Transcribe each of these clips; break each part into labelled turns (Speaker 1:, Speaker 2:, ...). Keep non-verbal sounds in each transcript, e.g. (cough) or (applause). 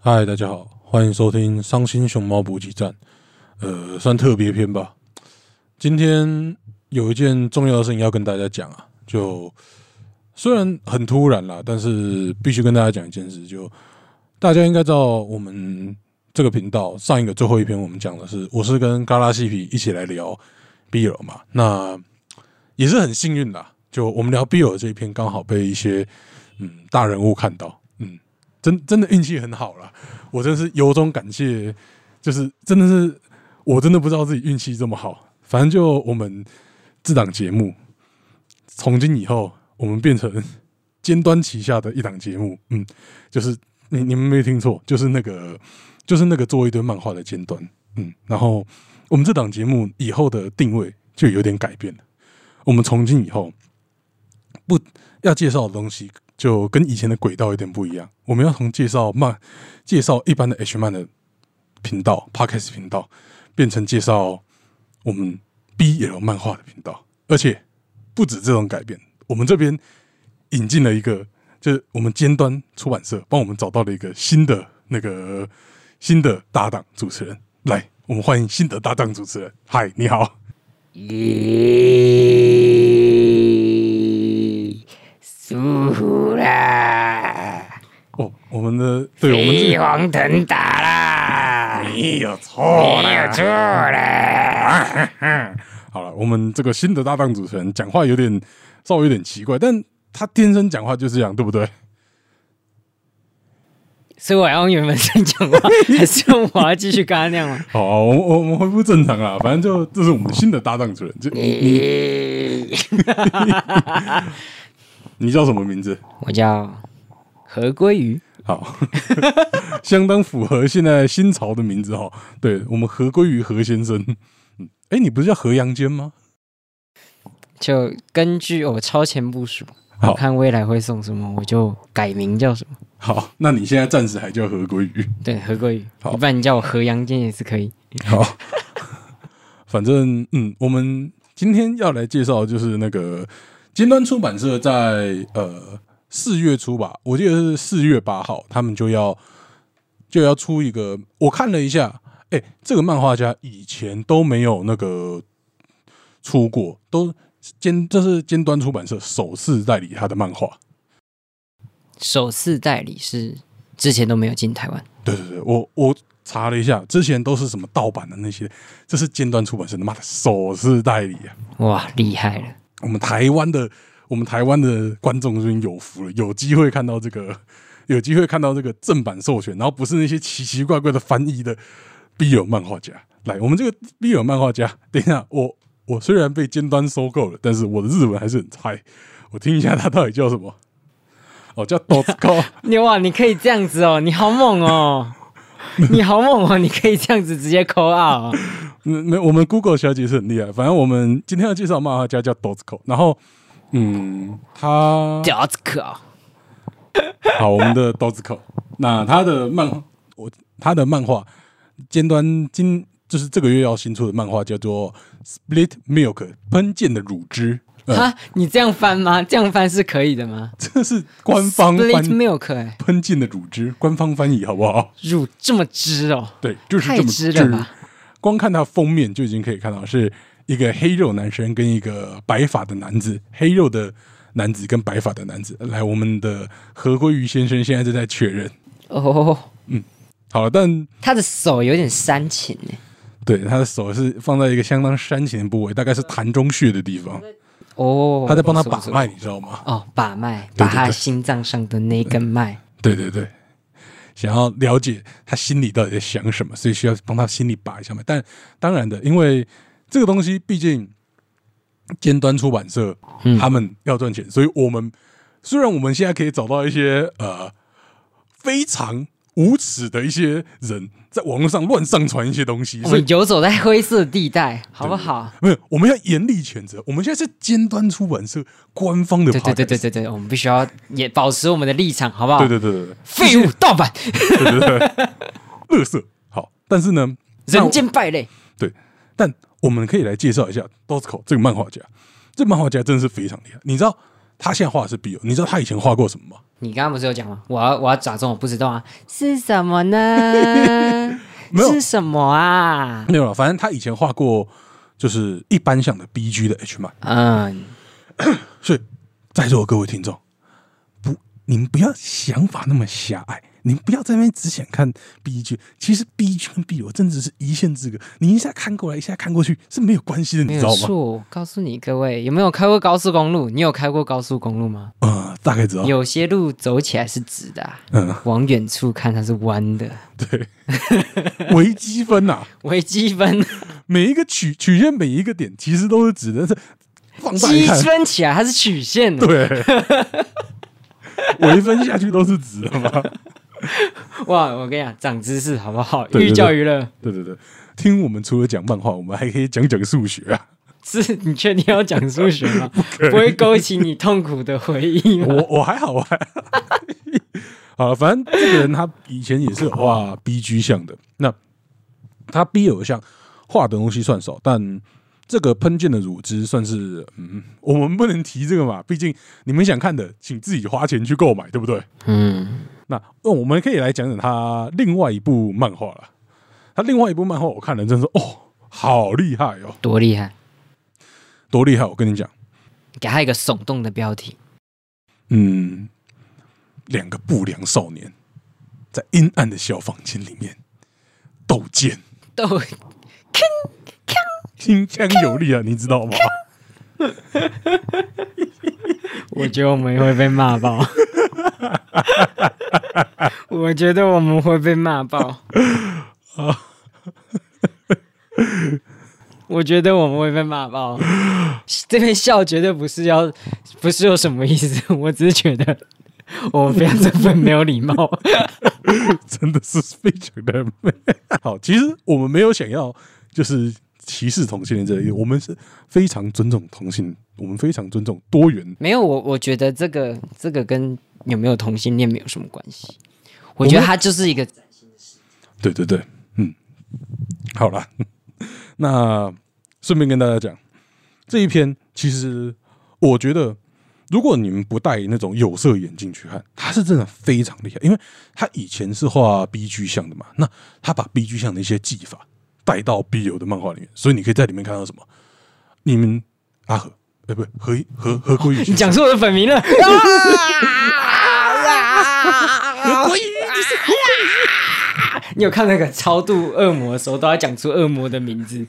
Speaker 1: 嗨，大家好，欢迎收听《伤心熊猫补给站》，呃，算特别篇吧。今天有一件重要的事情要跟大家讲啊，就虽然很突然啦，但是必须跟大家讲一件事，就大家应该知道我们这个频道上一个最后一篇我们讲的是，我是跟嘎拉西皮一起来聊 BL 嘛，那也是很幸运啦，就我们聊 BL 这一篇刚好被一些嗯大人物看到，嗯，真真的运气很好啦，我真是由衷感谢，就是真的是我真的不知道自己运气这么好，反正就我们这档节目，从今以后我们变成尖端旗下的一档节目，嗯，就是你你们没听错，就是那个就是那个做一堆漫画的尖端，嗯，然后我们这档节目以后的定位就有点改变了，我们从今以后不要介绍的东西就跟以前的轨道有点不一样，我们要从介绍漫介绍一般的 H 漫的频道 Podcast 频道，变成介绍我们 BL 漫画的频道，而且不止这种改变，我们这边引进了一个，就是我们尖端出版社帮我们找到了一个新的那个新的搭档主持人，来，我们欢迎新的搭档主持人，嗨，你好，
Speaker 2: 咦，舒服啦！
Speaker 1: 哦，我们的对我们这哎
Speaker 2: 飞黄腾达啦，
Speaker 1: 没有错
Speaker 2: 没有错啦。
Speaker 1: 好了，我们这个新的搭档主持人讲话有点稍微有点奇怪，但他天生讲话就是这样，对不对？
Speaker 3: 所以我要用原本声讲话，还是我要继续刚刚那 (laughs) 样吗？
Speaker 1: (laughs) 好、啊，我我我们恢复正常啦。反正就这是我们新的搭档主人，就你
Speaker 2: 咦，
Speaker 1: 你叫什么名字？
Speaker 3: 我叫何归鱼，
Speaker 1: (laughs) 好，相当符合现在新潮的名字哈。对我们何归于何先生，嗯，哎，你不是叫何阳坚吗？
Speaker 3: 就根据我超前部署，
Speaker 1: 好
Speaker 3: 我看未来会送什么，我就改名叫什么。
Speaker 1: 好，那你现在暂时还叫何归于。
Speaker 3: 对，何归鱼，
Speaker 1: 好
Speaker 3: 要不然你叫我何阳坚也是可以。
Speaker 1: 好， (laughs) 反正嗯，我们今天要来介绍的就是那个尖端出版社在呃四月初吧，我记得是四月八号，他们就要就要出一个，我看了一下，哎、这个漫画家以前都没有那个出过，都尖这是尖端出版社首次代理他的漫画。
Speaker 3: 首次代理是之前都没有进台湾，
Speaker 1: 对对对，我我查了一下，之前都是什么盗版的那些，这是尖端出版社他妈的首次代理啊！
Speaker 3: 哇，厉害了！
Speaker 1: 我们台湾的我们台湾的观众就已经有福了，有机会看到这个， (laughs) 有机会看到这个正版授权，然后不是那些奇奇怪怪的翻译的 BL 漫画家。来，我们这个 BL 漫画家，等一下，我我虽然被尖端收购了，但是我的日文还是很菜，我听一下他到底叫什么。 (laughs) 哦，叫 d o t c o
Speaker 3: 你哇，你可以这样子哦，你好猛哦，你好猛哦，你可以这样子直接扣啊、哦。
Speaker 1: 那那我们 Google 小姐是很厉害，反正我们今天要介绍的漫画家叫 d o t c o 然后，嗯，他
Speaker 3: 屌子可哦
Speaker 1: (laughs) 好，我们的刀子口。那他的漫，我他的漫画尖端今就是这个月要新出的漫画叫做《Split Milk》喷溅的乳汁，呃，
Speaker 3: 哈，你这样翻吗？这样翻是可以的吗？
Speaker 1: 这是官方
Speaker 3: split
Speaker 1: 翻
Speaker 3: milk 哎、
Speaker 1: 喷溅的乳汁，官方翻译好不好？
Speaker 3: 乳这么汁哦，
Speaker 1: 对，就是这
Speaker 3: 太
Speaker 1: 么
Speaker 3: 汁了吧？
Speaker 1: 光看它封面就已经可以看到，是一个黑肉男生跟一个白发的男子，黑肉的男子跟白发的男子。来，我们的何归鱼先生现在正在确认。
Speaker 3: 哦，
Speaker 1: 好了，但
Speaker 3: 他的手有点煽情哎。
Speaker 1: 对，他的手是放在一个相当煽情的部位，大概是潭中穴的地方，
Speaker 3: 哦，
Speaker 1: 他在帮他
Speaker 3: 不
Speaker 1: 把
Speaker 3: 错不错
Speaker 1: 脉，你知道吗？
Speaker 3: 哦，把脉，
Speaker 1: 对
Speaker 3: 把
Speaker 1: 对
Speaker 3: 他
Speaker 1: 对
Speaker 3: 心脏上的那根脉。
Speaker 1: 对对对，想要了解他心里到底在想什么，所以需要帮他心里把一下脉。但当然的，因为这个东西毕竟尖端出版社
Speaker 3: 嗯
Speaker 1: 他们要赚钱，所以我们虽然我们现在可以找到一些呃非常无耻的一些人在网络上乱上传一些东西，
Speaker 3: 我
Speaker 1: 所以
Speaker 3: 们游走在灰色地带，好不好？
Speaker 1: 没有，我们要严厉谴责。我们现在是尖端出版社官方的
Speaker 3: 对
Speaker 1: podcast，
Speaker 3: 对对对对对，我们必须要也保持我们的立场，好不好？
Speaker 1: 对对对对
Speaker 3: 废物盗版，
Speaker 1: 对，乐色好。但是呢，那
Speaker 3: 人
Speaker 1: 我
Speaker 3: 间败类。
Speaker 1: 对，但我们可以来介绍一下 Dosco 这个漫画家。这漫画家真的是非常厉害。你知道他现在画的是 BL，你知道他以前画过什么吗？？
Speaker 3: 你刚刚不是有讲吗？我要我要假装我不知道啊，是什么 (laughs) 呢
Speaker 1: 没有
Speaker 3: 是什么啊？
Speaker 1: 没有了，反正他以前画过就是一般像的 BG 的 H 漫，
Speaker 3: 嗯，
Speaker 1: 所以在座的各位听众，不，你们不要想法那么狭隘，你们不要在那边只想看 BG，其实 BG 跟 BL 真的是一线之隔，你一下看过来，一下看过去是没有关系的，你
Speaker 3: 没
Speaker 1: 知道
Speaker 3: 有
Speaker 1: 吗？
Speaker 3: 错。我告诉你各位，有没有开过高速公路？你有开过高速公路吗？
Speaker 1: 呃，大概知道，
Speaker 3: 有些路走起来是直的啊、
Speaker 1: 嗯，
Speaker 3: 往远处看它是弯的，
Speaker 1: 对， (laughs) 微积分呐、
Speaker 3: 微积分
Speaker 1: 每一个曲曲线每一个点其实都是指的是放大一
Speaker 3: 积
Speaker 1: 看，
Speaker 3: 分起来它是曲线
Speaker 1: (laughs)
Speaker 3: 的。
Speaker 1: 对，微分下去都是直的嘛。
Speaker 3: 哇，我跟你讲，长知识好不好？
Speaker 1: 对对
Speaker 3: 寓教于乐。
Speaker 1: 对对对，听我们除了讲漫画，我们还可以讲讲数学啊。
Speaker 3: 是你确定要讲数学
Speaker 1: (laughs)
Speaker 3: 吗？不会勾起你痛苦的回忆吗？
Speaker 1: 我我还好啊。好了，反正这个人他以前也是有画 B G 像的，那他 B L 像画的东西算少，但这个喷溅的乳汁算是嗯，我们不能提这个嘛，毕竟你们想看的，请自己花钱去购买，对不对？
Speaker 3: 嗯，
Speaker 1: 那、那我们可以来讲讲他另外一部漫画了。他另外一部漫画我看了，真是哦，好厉害哦，
Speaker 3: 多厉害！
Speaker 1: 多厉害！我跟你讲，
Speaker 3: 给他一个耸动的标题，
Speaker 1: 嗯，两个不良少年在阴暗的小房间里面斗剑，
Speaker 3: 斗
Speaker 1: 铿锵有力啊，你知道 (laughs) 吗？
Speaker 3: 我觉得我们会被骂 (laughs) 爆。我觉得我们会被骂 (laughs) 爆。我觉得我们会被骂爆。这边笑绝对不是要，不是有什么意思，我只是觉得我们不要这份没有礼貌。
Speaker 1: 真的是非常的美好。其实我们没有想要就是歧视同性恋这类，我们是非常尊重同性，我们非常尊重多元。
Speaker 3: (laughs) 没有我，我觉得这个这个跟有没有同性恋没有什么关系。我觉得它就是一个
Speaker 1: 对对对，嗯，好啦， (laughs) 那顺便跟大家讲，这一篇其实我觉得，如果你们不戴那种有色眼镜去看，他是真的非常厉害，因为他以前是画 B G 像的嘛，那他把 B G 像的一些技法带到 B 游的漫画里面，所以你可以在里面看到什么？你们阿和，哎、不何一何何国宇先生，
Speaker 3: 你讲出我的本名了。
Speaker 1: 何国宇你是
Speaker 3: (laughs) 你有看那个超度恶魔的时候，都要讲出恶魔的名 (laughs) 字，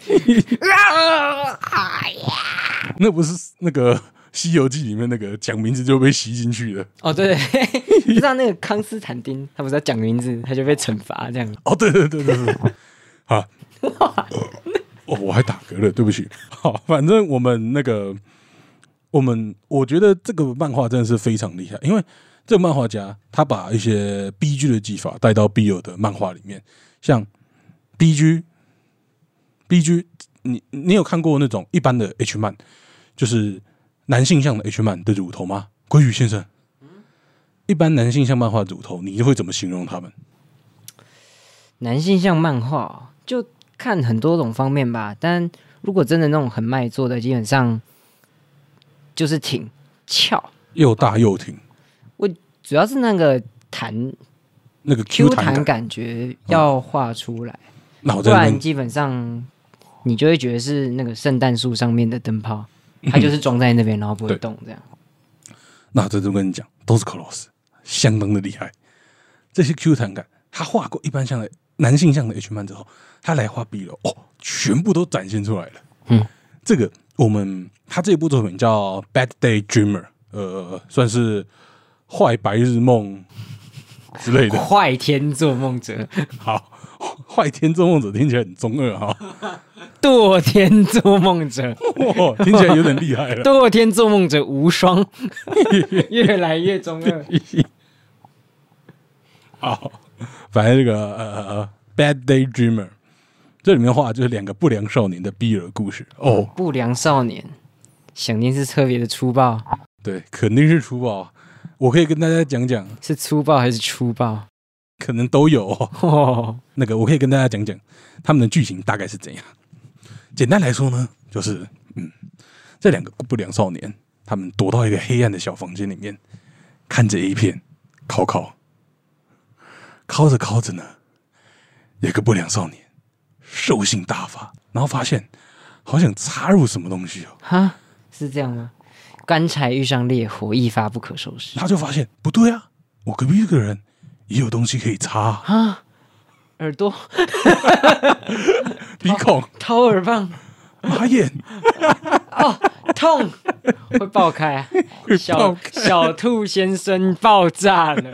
Speaker 1: 那不是那个《西游记》里面那个讲名字就被吸进去的。
Speaker 3: 哦，对， (laughs) 不知道那个康斯坦丁，他不是要讲名字，他就被惩罚这样。
Speaker 1: 哦，对对对对对，好，哦，我还打嗝了，对不起。好，反正我们那个，我们我觉得这个漫画真的是非常厉害，因为这个漫画家他把一些 B G 的技法带到 B 友的漫画里面，像 B G B G，你你有看过那种一般的 H 漫，就是男性向的 H 漫的乳头吗？鲑鱼先生，一般男性向漫画乳头，你会怎么形容他们？
Speaker 3: 男性向漫画哦就看很多种方面吧，但如果真的那种很卖座的，基本上就是挺翘，
Speaker 1: 又大又挺。
Speaker 3: 主要是那个弹
Speaker 1: 那个
Speaker 3: Q
Speaker 1: 弹
Speaker 3: 弹，感哦觉要画出来，
Speaker 1: 那我
Speaker 3: 不
Speaker 1: 在那
Speaker 3: 然
Speaker 1: 边
Speaker 3: 基本上你就会觉得是那个圣诞树上面的灯 (laughs) 泡，它就是装在那边，然后不会
Speaker 1: 对
Speaker 3: 动这样。
Speaker 1: 那我在这边跟你讲，都是 close，相当的厉害。这些 Q 弹感，他画过一般像的男性向的 H 漫之后，他来画 B 了，哦，全部都展现出来了。
Speaker 3: 嗯，
Speaker 1: 这个我们他这部作品叫《Bad Day Dreamer》，呃，算是坏白日梦之类
Speaker 3: (laughs)
Speaker 1: 的。
Speaker 3: 坏天做梦者，
Speaker 1: 好，坏天做梦者听起来很中二哈、
Speaker 3: 堕天做梦者，
Speaker 1: 哦，听起来有点厉害了。
Speaker 3: 堕天做梦者无双， (laughs) 越来越中二。
Speaker 1: 好，哦反正这个呃《Bad Day Dreamer》这里面画的就是两个不良少年的 BL 故事哦，
Speaker 3: 不良少年，想念是特别的粗暴，
Speaker 1: 对，肯定是粗暴。我可以跟大家讲讲，
Speaker 3: 是粗暴还是粗暴？
Speaker 1: 可能都有、哦、
Speaker 3: 哦，
Speaker 1: 那个，我可以跟大家讲讲他们的剧情大概是怎样。简单来说呢，就是嗯，这两个不良少年他们躲到一个黑暗的小房间里面，看着 A 片，烤烤，烤着烤着呢，有个不良少年兽性大发，然后发现好想插入什么东西哦， (laughs)
Speaker 3: 哈，是这样吗？干柴遇上烈火，一发不可收拾
Speaker 1: 他就发现不对啊，我隔壁这个人也有东西可以插 (laughs) 啊，
Speaker 3: 啊！耳朵、
Speaker 1: 鼻孔、 (laughs)
Speaker 3: 掏耳棒，
Speaker 1: 马 (laughs) 眼，
Speaker 3: 痛，会爆开啊！
Speaker 1: 爆
Speaker 3: 小小兔先生爆炸了，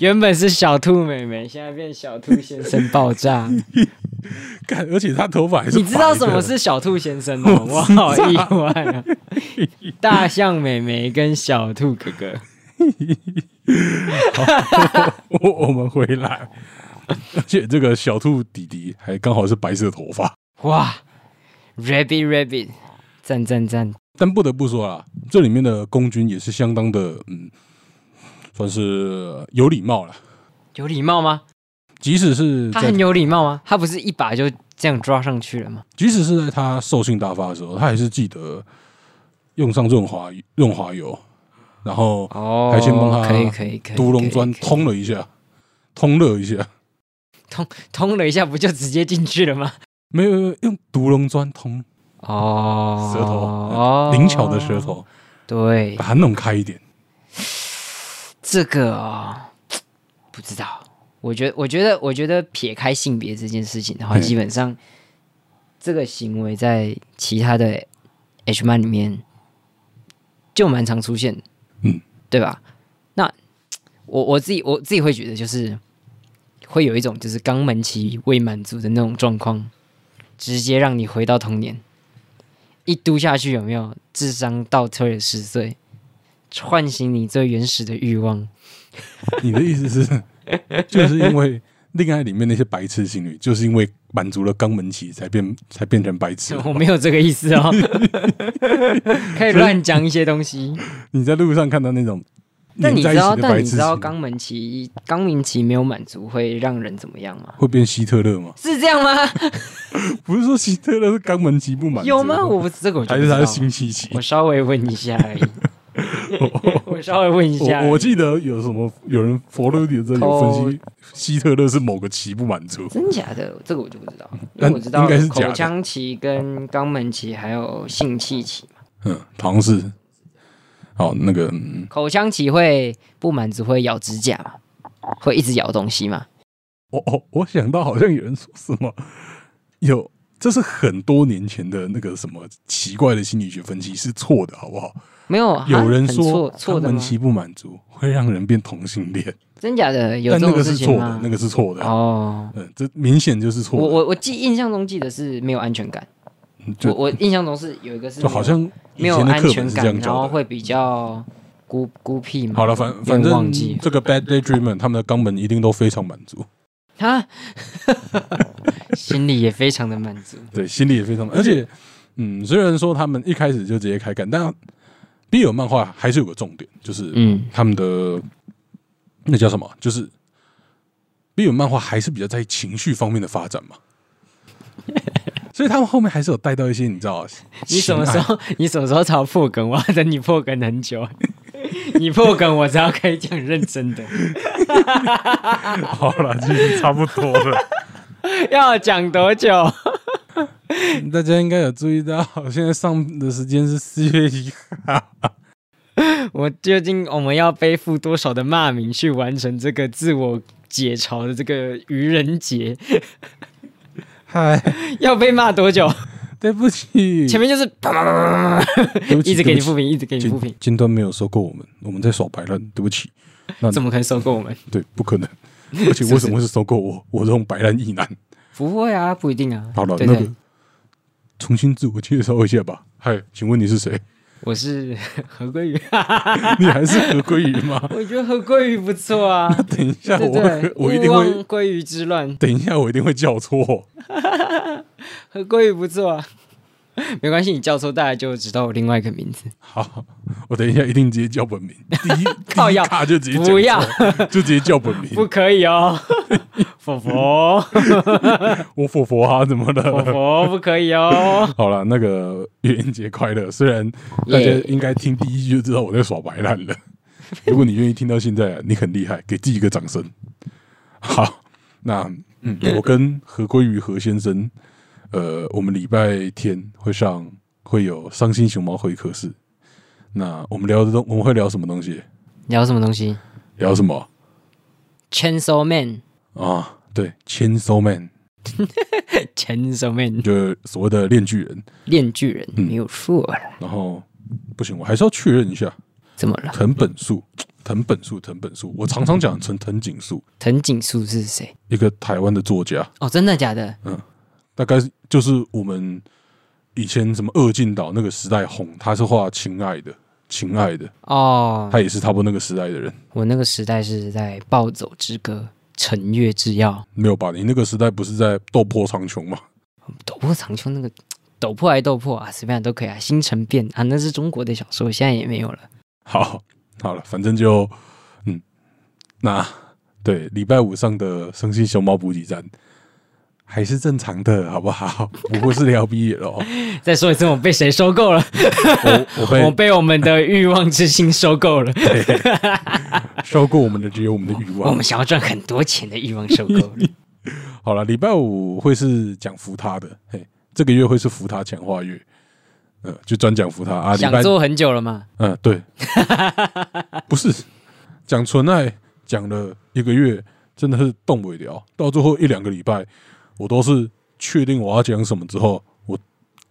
Speaker 3: 原本是小兔妹妹，现在变小兔先生爆炸。
Speaker 1: 干，而且他头发还是
Speaker 3: 你知道
Speaker 1: 白的
Speaker 3: 什么是小兔先生吗？我好意外啊！大象妹妹跟小兔哥哥，
Speaker 1: 我 (laughs) 我们回来，而且这个小兔弟弟还刚好是白色头发，
Speaker 3: 哇，Rabbit Rabbit，赞赞赞！
Speaker 1: 但不得不说啊，这里面的公君也是相当的，嗯，算是有礼貌了。
Speaker 3: 有礼貌吗？
Speaker 1: 即使是
Speaker 3: 他
Speaker 1: 在
Speaker 3: 很有礼貌吗？他不是一把就这样抓上去了吗？
Speaker 1: 即使是在他兽性大发的时候，他还是记得用上润滑润滑油，然后
Speaker 3: 哦，
Speaker 1: 还先帮他
Speaker 3: 可以可以可以，
Speaker 1: 独
Speaker 3: 可
Speaker 1: 龙
Speaker 3: 以
Speaker 1: 砖
Speaker 3: 可以
Speaker 1: 通了一下，通热一下，
Speaker 3: 通了一下，不就直接进去了吗？
Speaker 1: 没有没有用独龙砖通
Speaker 3: 哦，
Speaker 1: (laughs) 舌头，啊
Speaker 3: 哦，
Speaker 1: 灵巧的舌。头
Speaker 3: 对
Speaker 1: 把，它弄开一点。
Speaker 3: 这个哦，不知道。我觉我觉得，我觉得撇开性别这件事情的话，
Speaker 1: 嗯
Speaker 3: 基本上这个行为在其他的 H man 里面就蛮常出现的，
Speaker 1: 嗯，
Speaker 3: 对吧？那我我自己我自己会觉得，就是会有一种就是肛门期未满足的那种状况，直接让你回到童年，一嘟下去有没有？智商倒退了十岁，唤醒你最原始的欲望。
Speaker 1: 你的意思是，就是因为恋爱里面那些白痴情侣，就是因为满足了肛门期，才变才变成白痴。
Speaker 3: (laughs) 我没有这个意思
Speaker 1: (laughs)
Speaker 3: 哦，可以乱讲一些东西。
Speaker 1: 你在路上看到那种
Speaker 3: 但
Speaker 1: 黏
Speaker 3: 你
Speaker 1: 在
Speaker 3: 知
Speaker 1: 一
Speaker 3: 道，
Speaker 1: 起的
Speaker 3: 但
Speaker 1: 白
Speaker 3: 你
Speaker 1: 痴
Speaker 3: 知
Speaker 1: 情
Speaker 3: 道
Speaker 1: 侣，
Speaker 3: 肛门期肛门期没有满足会让人怎么样吗？
Speaker 1: 会变希特勒吗？
Speaker 3: 是这
Speaker 1: (laughs)
Speaker 3: 样吗？
Speaker 1: 不是说希特勒是肛门期不满足
Speaker 3: 有吗？我不这个我就
Speaker 1: 还
Speaker 3: 不
Speaker 1: 是
Speaker 3: 知
Speaker 1: 他
Speaker 3: 道
Speaker 1: 是
Speaker 3: 了
Speaker 1: 新期期
Speaker 3: 我？稍微问一下
Speaker 1: (laughs)
Speaker 3: 而已，我稍微问一下而已
Speaker 1: 我我记得有什么有人佛罗里这里有分析希特勒是某个期不满足，
Speaker 3: 真假的，这个我就不知道，因
Speaker 1: 但
Speaker 3: 为我知道
Speaker 1: 应该是假的
Speaker 3: 口腔期、跟肛门期还有性器期嘛。
Speaker 1: 嗯，好像是。好，那个、嗯
Speaker 3: 口腔期会不满足会咬指甲嘛，会一直咬东西嘛。
Speaker 1: 我我哦我想到好像有人说什么，有这是很多年前的那个什么奇怪的心理学分析是错的，好不好？
Speaker 3: 没有，啊
Speaker 1: 有人
Speaker 3: 很
Speaker 1: 说
Speaker 3: 错错的
Speaker 1: 肛门
Speaker 3: 吗？
Speaker 1: 期不满足会让人变同性恋，
Speaker 3: 真假的有
Speaker 1: 但
Speaker 3: 这
Speaker 1: 那
Speaker 3: 种
Speaker 1: 个
Speaker 3: 事
Speaker 1: 是
Speaker 3: 情
Speaker 1: 错
Speaker 3: 吗
Speaker 1: 的？，那个是错的。
Speaker 3: 哦，
Speaker 1: 嗯，这明显就是错
Speaker 3: 我
Speaker 1: 的。
Speaker 3: 我我记印象中记得是没有安全感，
Speaker 1: 嗯就
Speaker 3: 我我印象中是有一个是
Speaker 1: 就好像以
Speaker 3: 没有
Speaker 1: 前的
Speaker 3: 安
Speaker 1: 课
Speaker 3: 全
Speaker 1: 本是这
Speaker 3: 感，
Speaker 1: 样
Speaker 3: 然后
Speaker 1: 教的。
Speaker 3: 会比较孤孤僻嘛。
Speaker 1: 好了，反反
Speaker 3: 有点
Speaker 1: 正
Speaker 3: 忘记
Speaker 1: 这个 bad day dreamer 他们的肛门一定都非常满足，
Speaker 3: 他心里也非常的满足。
Speaker 1: 对，心里也非常满，而且嗯，虽然说他们一开始就直接开干，但 B 友漫画还是有个重点，就是
Speaker 3: 嗯，
Speaker 1: 他们的那叫什么？就是 B 本漫画还是比较在情绪方面的发展 (laughs) 嘛，所以他们后面还是有带到一些你知道，
Speaker 3: 你什么时
Speaker 1: 情爱？
Speaker 3: 候你什么时候才要破梗？我要等你破梗很久。 (laughs) 你破梗，我才要可以讲认真的。 (laughs)
Speaker 1: 好了，其实差不多了。
Speaker 3: 要讲多久？
Speaker 1: (laughs) 大家应该有注意到，现在上的时间是四月一号。
Speaker 3: 我究竟我们要背负多少的骂名去完成这个自我解嘲的这个愚人节？ (laughs)
Speaker 1: 嗨，
Speaker 3: 要被骂多久？
Speaker 1: 对嗯不起，
Speaker 3: 前面就是啪啪啪啪啪
Speaker 1: 对不起
Speaker 3: 一直给
Speaker 1: 对不起
Speaker 3: 你复评，一直给你复评
Speaker 1: 金，金端没有收购我们，我们在耍白烂，对不起。那
Speaker 3: 怎么可能收购我们？
Speaker 1: 对，不可能。而且为什么会是收购我？我这种白烂一男。
Speaker 3: 不会啊，不一定啊。
Speaker 1: 好了，
Speaker 3: 对不
Speaker 1: 那
Speaker 3: 对
Speaker 1: 个，重新自我介绍一下吧。嗨，请问你是
Speaker 3: (laughs)
Speaker 1: 谁？
Speaker 3: 我是何归宇， (laughs)
Speaker 1: 你还是何鲑鱼吗？
Speaker 3: 我觉得何归宇不
Speaker 1: (laughs)
Speaker 3: 错啊。
Speaker 1: 等一下，
Speaker 3: 对
Speaker 1: 我
Speaker 3: 不对
Speaker 1: 会，我一定
Speaker 3: 勿
Speaker 1: 会
Speaker 3: 忘，归于之乱，
Speaker 1: 等一下我一定会叫错。
Speaker 3: 何归宇不错啊。没关系，你叫错大家就知道我另外一个名字。
Speaker 1: 好，我等一下一定直接叫本名，第一
Speaker 3: (laughs) 靠
Speaker 1: 第一
Speaker 3: 要
Speaker 1: 卡就直接讲
Speaker 3: 不要
Speaker 1: 错就直接叫本名。
Speaker 3: 不可以哦， (laughs) 佛佛
Speaker 1: 我佛佛啊，怎么
Speaker 3: 佛
Speaker 1: 了？
Speaker 3: 佛不可以哦。
Speaker 1: (laughs) 好了，那个愚人节快乐！虽然大家
Speaker 3: 耶
Speaker 1: 应该听第一句就知道我在耍白烂了，如果你愿意听到现在，你很厉害，给自己一个掌声。好，那嗯，我跟何归于何先生，呃，我们礼拜天会上会有伤心熊猫会客室。那我们聊的东，我们会聊什么东西？
Speaker 3: 聊什么东西
Speaker 1: 聊什么
Speaker 3: ？Chainsaw Man，Chainsaw
Speaker 1: 啊？对，千手 man，
Speaker 3: Man，
Speaker 1: 就是所谓的炼巨人。
Speaker 3: 炼巨人
Speaker 1: 嗯
Speaker 3: 没有错了，
Speaker 1: 然后不行，我还是要确认一下，
Speaker 3: 怎么了？
Speaker 1: 藤本树，藤本树，藤本树，我常常讲成藤井树，
Speaker 3: 藤井树是谁？
Speaker 1: 一个台湾的作家，
Speaker 3: 哦，真的假的？
Speaker 1: 大概是就是我们以前什么二进岛那个时代红，他是画《情爱》的，《情爱》的，
Speaker 3: 哦，
Speaker 1: 他也是差不多那个时代的人。
Speaker 3: 我那个时代是在《暴走之歌》《沉月之钥》
Speaker 1: 没有吧？你那个时代不是在斗破苍穹吗？ (laughs)
Speaker 3: 斗破苍穹那个斗破还斗破啊，随便都可以啊。星辰变啊，那是中国的小说，现在也没有了。
Speaker 1: 好，好了，反正就嗯，那对礼拜五上的《生性熊猫补给站》还是正常的，好不好？不过是聊毕业了哦，
Speaker 3: 再说一次，我被谁收购了？
Speaker 1: 我我被
Speaker 3: 我被我们的欲望之心收
Speaker 1: (laughs)
Speaker 3: 购了。
Speaker 1: 收购我们的只有我们的欲
Speaker 3: 我
Speaker 1: 望
Speaker 3: 们。想要赚很多钱的欲望收购了。
Speaker 1: 好了，礼拜五会是讲扶他的，嘿，这个月会是扶他强化月，呃，就专讲扶他 (laughs) 啊。礼
Speaker 3: 想
Speaker 1: 拜，
Speaker 3: 做很久了嘛？
Speaker 1: 嗯、对， (laughs) 不是讲纯爱，讲了一个月，真的是动不了，到最后一两个礼拜，我都是确定我要讲什么之后，我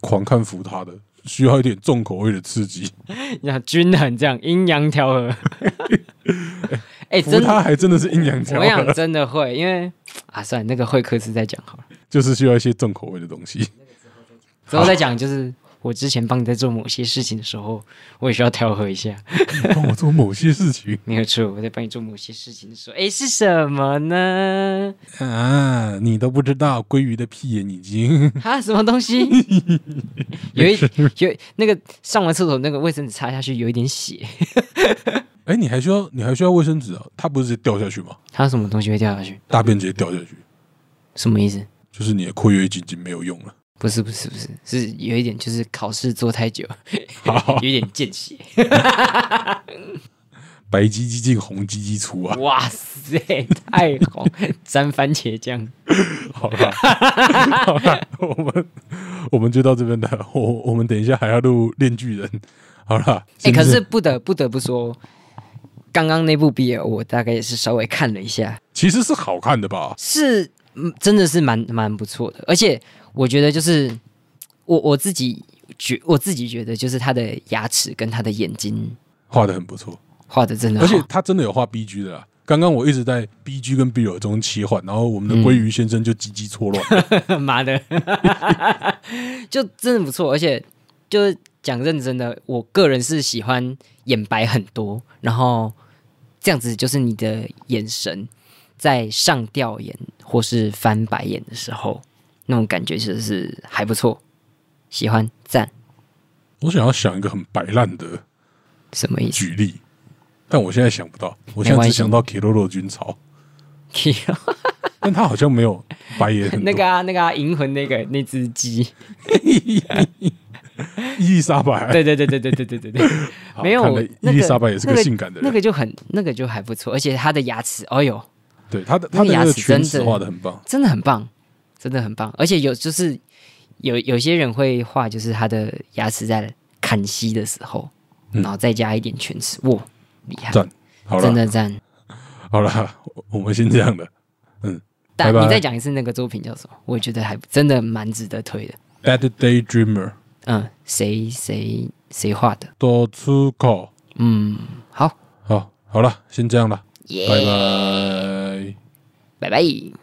Speaker 1: 狂看扶他的，需要一点重口味的刺激。
Speaker 3: 要均衡这样阴阳调和。
Speaker 1: (laughs)
Speaker 3: 哎、
Speaker 1: 扶
Speaker 3: 真的，
Speaker 1: 他还真的是阴阳 (laughs) 调
Speaker 3: 我想
Speaker 1: 和，
Speaker 3: 真的会，因为啊，算了，那个会客室再讲好了，
Speaker 1: 就是需要一些重口味的东西。 (laughs)
Speaker 3: 之后再讲。就是我之前帮你在做某些事情的时候，我也需要调和一下。
Speaker 1: 帮我做某些事情。
Speaker 3: 没有错，我在帮你做某些事情的时候，哎，是什么呢？
Speaker 1: 啊，你都不知道鲑鱼的屁眼已经
Speaker 3: 啊，什么东西？有一有那个上完厕所那个卫生纸擦下去有一点血， (laughs)
Speaker 1: 哎、你还需要你还需要卫生纸啊？它不是直接掉下去吗？
Speaker 3: 它什么东西会掉下去？
Speaker 1: 大便直接掉下去，
Speaker 3: 什么意思？
Speaker 1: 就是你的括约肌已经没有用了。
Speaker 3: 不是不是不是，是有一点就是考试做太久， (laughs)
Speaker 1: 好
Speaker 3: 有，点见血。
Speaker 1: 白鸡鸡进红鸡鸡出啊！
Speaker 3: 哇塞，太红，沾番茄酱。
Speaker 1: 好啦，好啦，我们我们就到这边了。我我们等一下还要录《炼巨人》。好啦，
Speaker 3: 哎、
Speaker 1: 先
Speaker 3: 可是不得不得不说，刚刚那部 BL 我大概也是稍微看了一下，
Speaker 1: 其实是好看的吧？
Speaker 3: 是嗯真的是蛮蛮不错的，而且我觉得就是我我自己觉我自己觉得就是他的牙齿跟他的眼睛
Speaker 1: 画的很不错，
Speaker 3: 画的嗯真的好，
Speaker 1: 而且他真的有画 B G 的啦。刚刚我一直在 B G 跟 B 友中切换，然后我们的鲑
Speaker 3: 嗯
Speaker 1: 鱼先生就鸡鸡错乱。
Speaker 3: (laughs) 妈的，就真的不错，而且就是讲认真的，我个人是喜欢眼白很多，然后这样子就是你的眼神在上吊眼或是翻白眼的时候，那种感觉其实是还不错，喜欢赞，
Speaker 1: 我想要想一个很白烂的
Speaker 3: 什么意
Speaker 1: (laughs)
Speaker 3: 思？
Speaker 1: 举例，但我现在想不到，我现在只想到 k i r o r o 军曹，但他好像没有白眼很多。
Speaker 3: (laughs) 那个啊，那个啊，银魂那个那只鸡，
Speaker 1: 伊丽莎白，
Speaker 3: 对对对对对对对对对，
Speaker 1: 好
Speaker 3: 没有
Speaker 1: 看来
Speaker 3: 那
Speaker 1: 伊
Speaker 3: 个
Speaker 1: 丽莎白也是
Speaker 3: 那
Speaker 1: 个性感的人，
Speaker 3: 那个就很那个就还不错，而且它的牙齿，哦呦，
Speaker 1: 对他的
Speaker 3: 那
Speaker 1: 他
Speaker 3: 个
Speaker 1: 的那
Speaker 3: 牙
Speaker 1: 个
Speaker 3: 齿真
Speaker 1: 圈
Speaker 3: 的
Speaker 1: 子画的很棒，
Speaker 3: 真的很棒，真的很棒。而且有就是有有些人会画，就是他的牙齿在砍息的时候，
Speaker 1: 嗯
Speaker 3: 然后再加一点犬齿，哇，厉害，
Speaker 1: 赞好
Speaker 3: 真
Speaker 1: 了
Speaker 3: 的赞。
Speaker 1: 好了，我我们先这样了。拜
Speaker 3: 但
Speaker 1: 拜
Speaker 3: 你再讲一次那个作品叫什么？我觉得还真的蛮值得推的。
Speaker 1: Bad Day Dreamer
Speaker 3: 嗯，谁谁谁画的？
Speaker 1: 多出口，
Speaker 3: 嗯，好，
Speaker 1: 好，好了，先这样了，
Speaker 2: 耶
Speaker 1: 拜拜。
Speaker 3: 拜拜。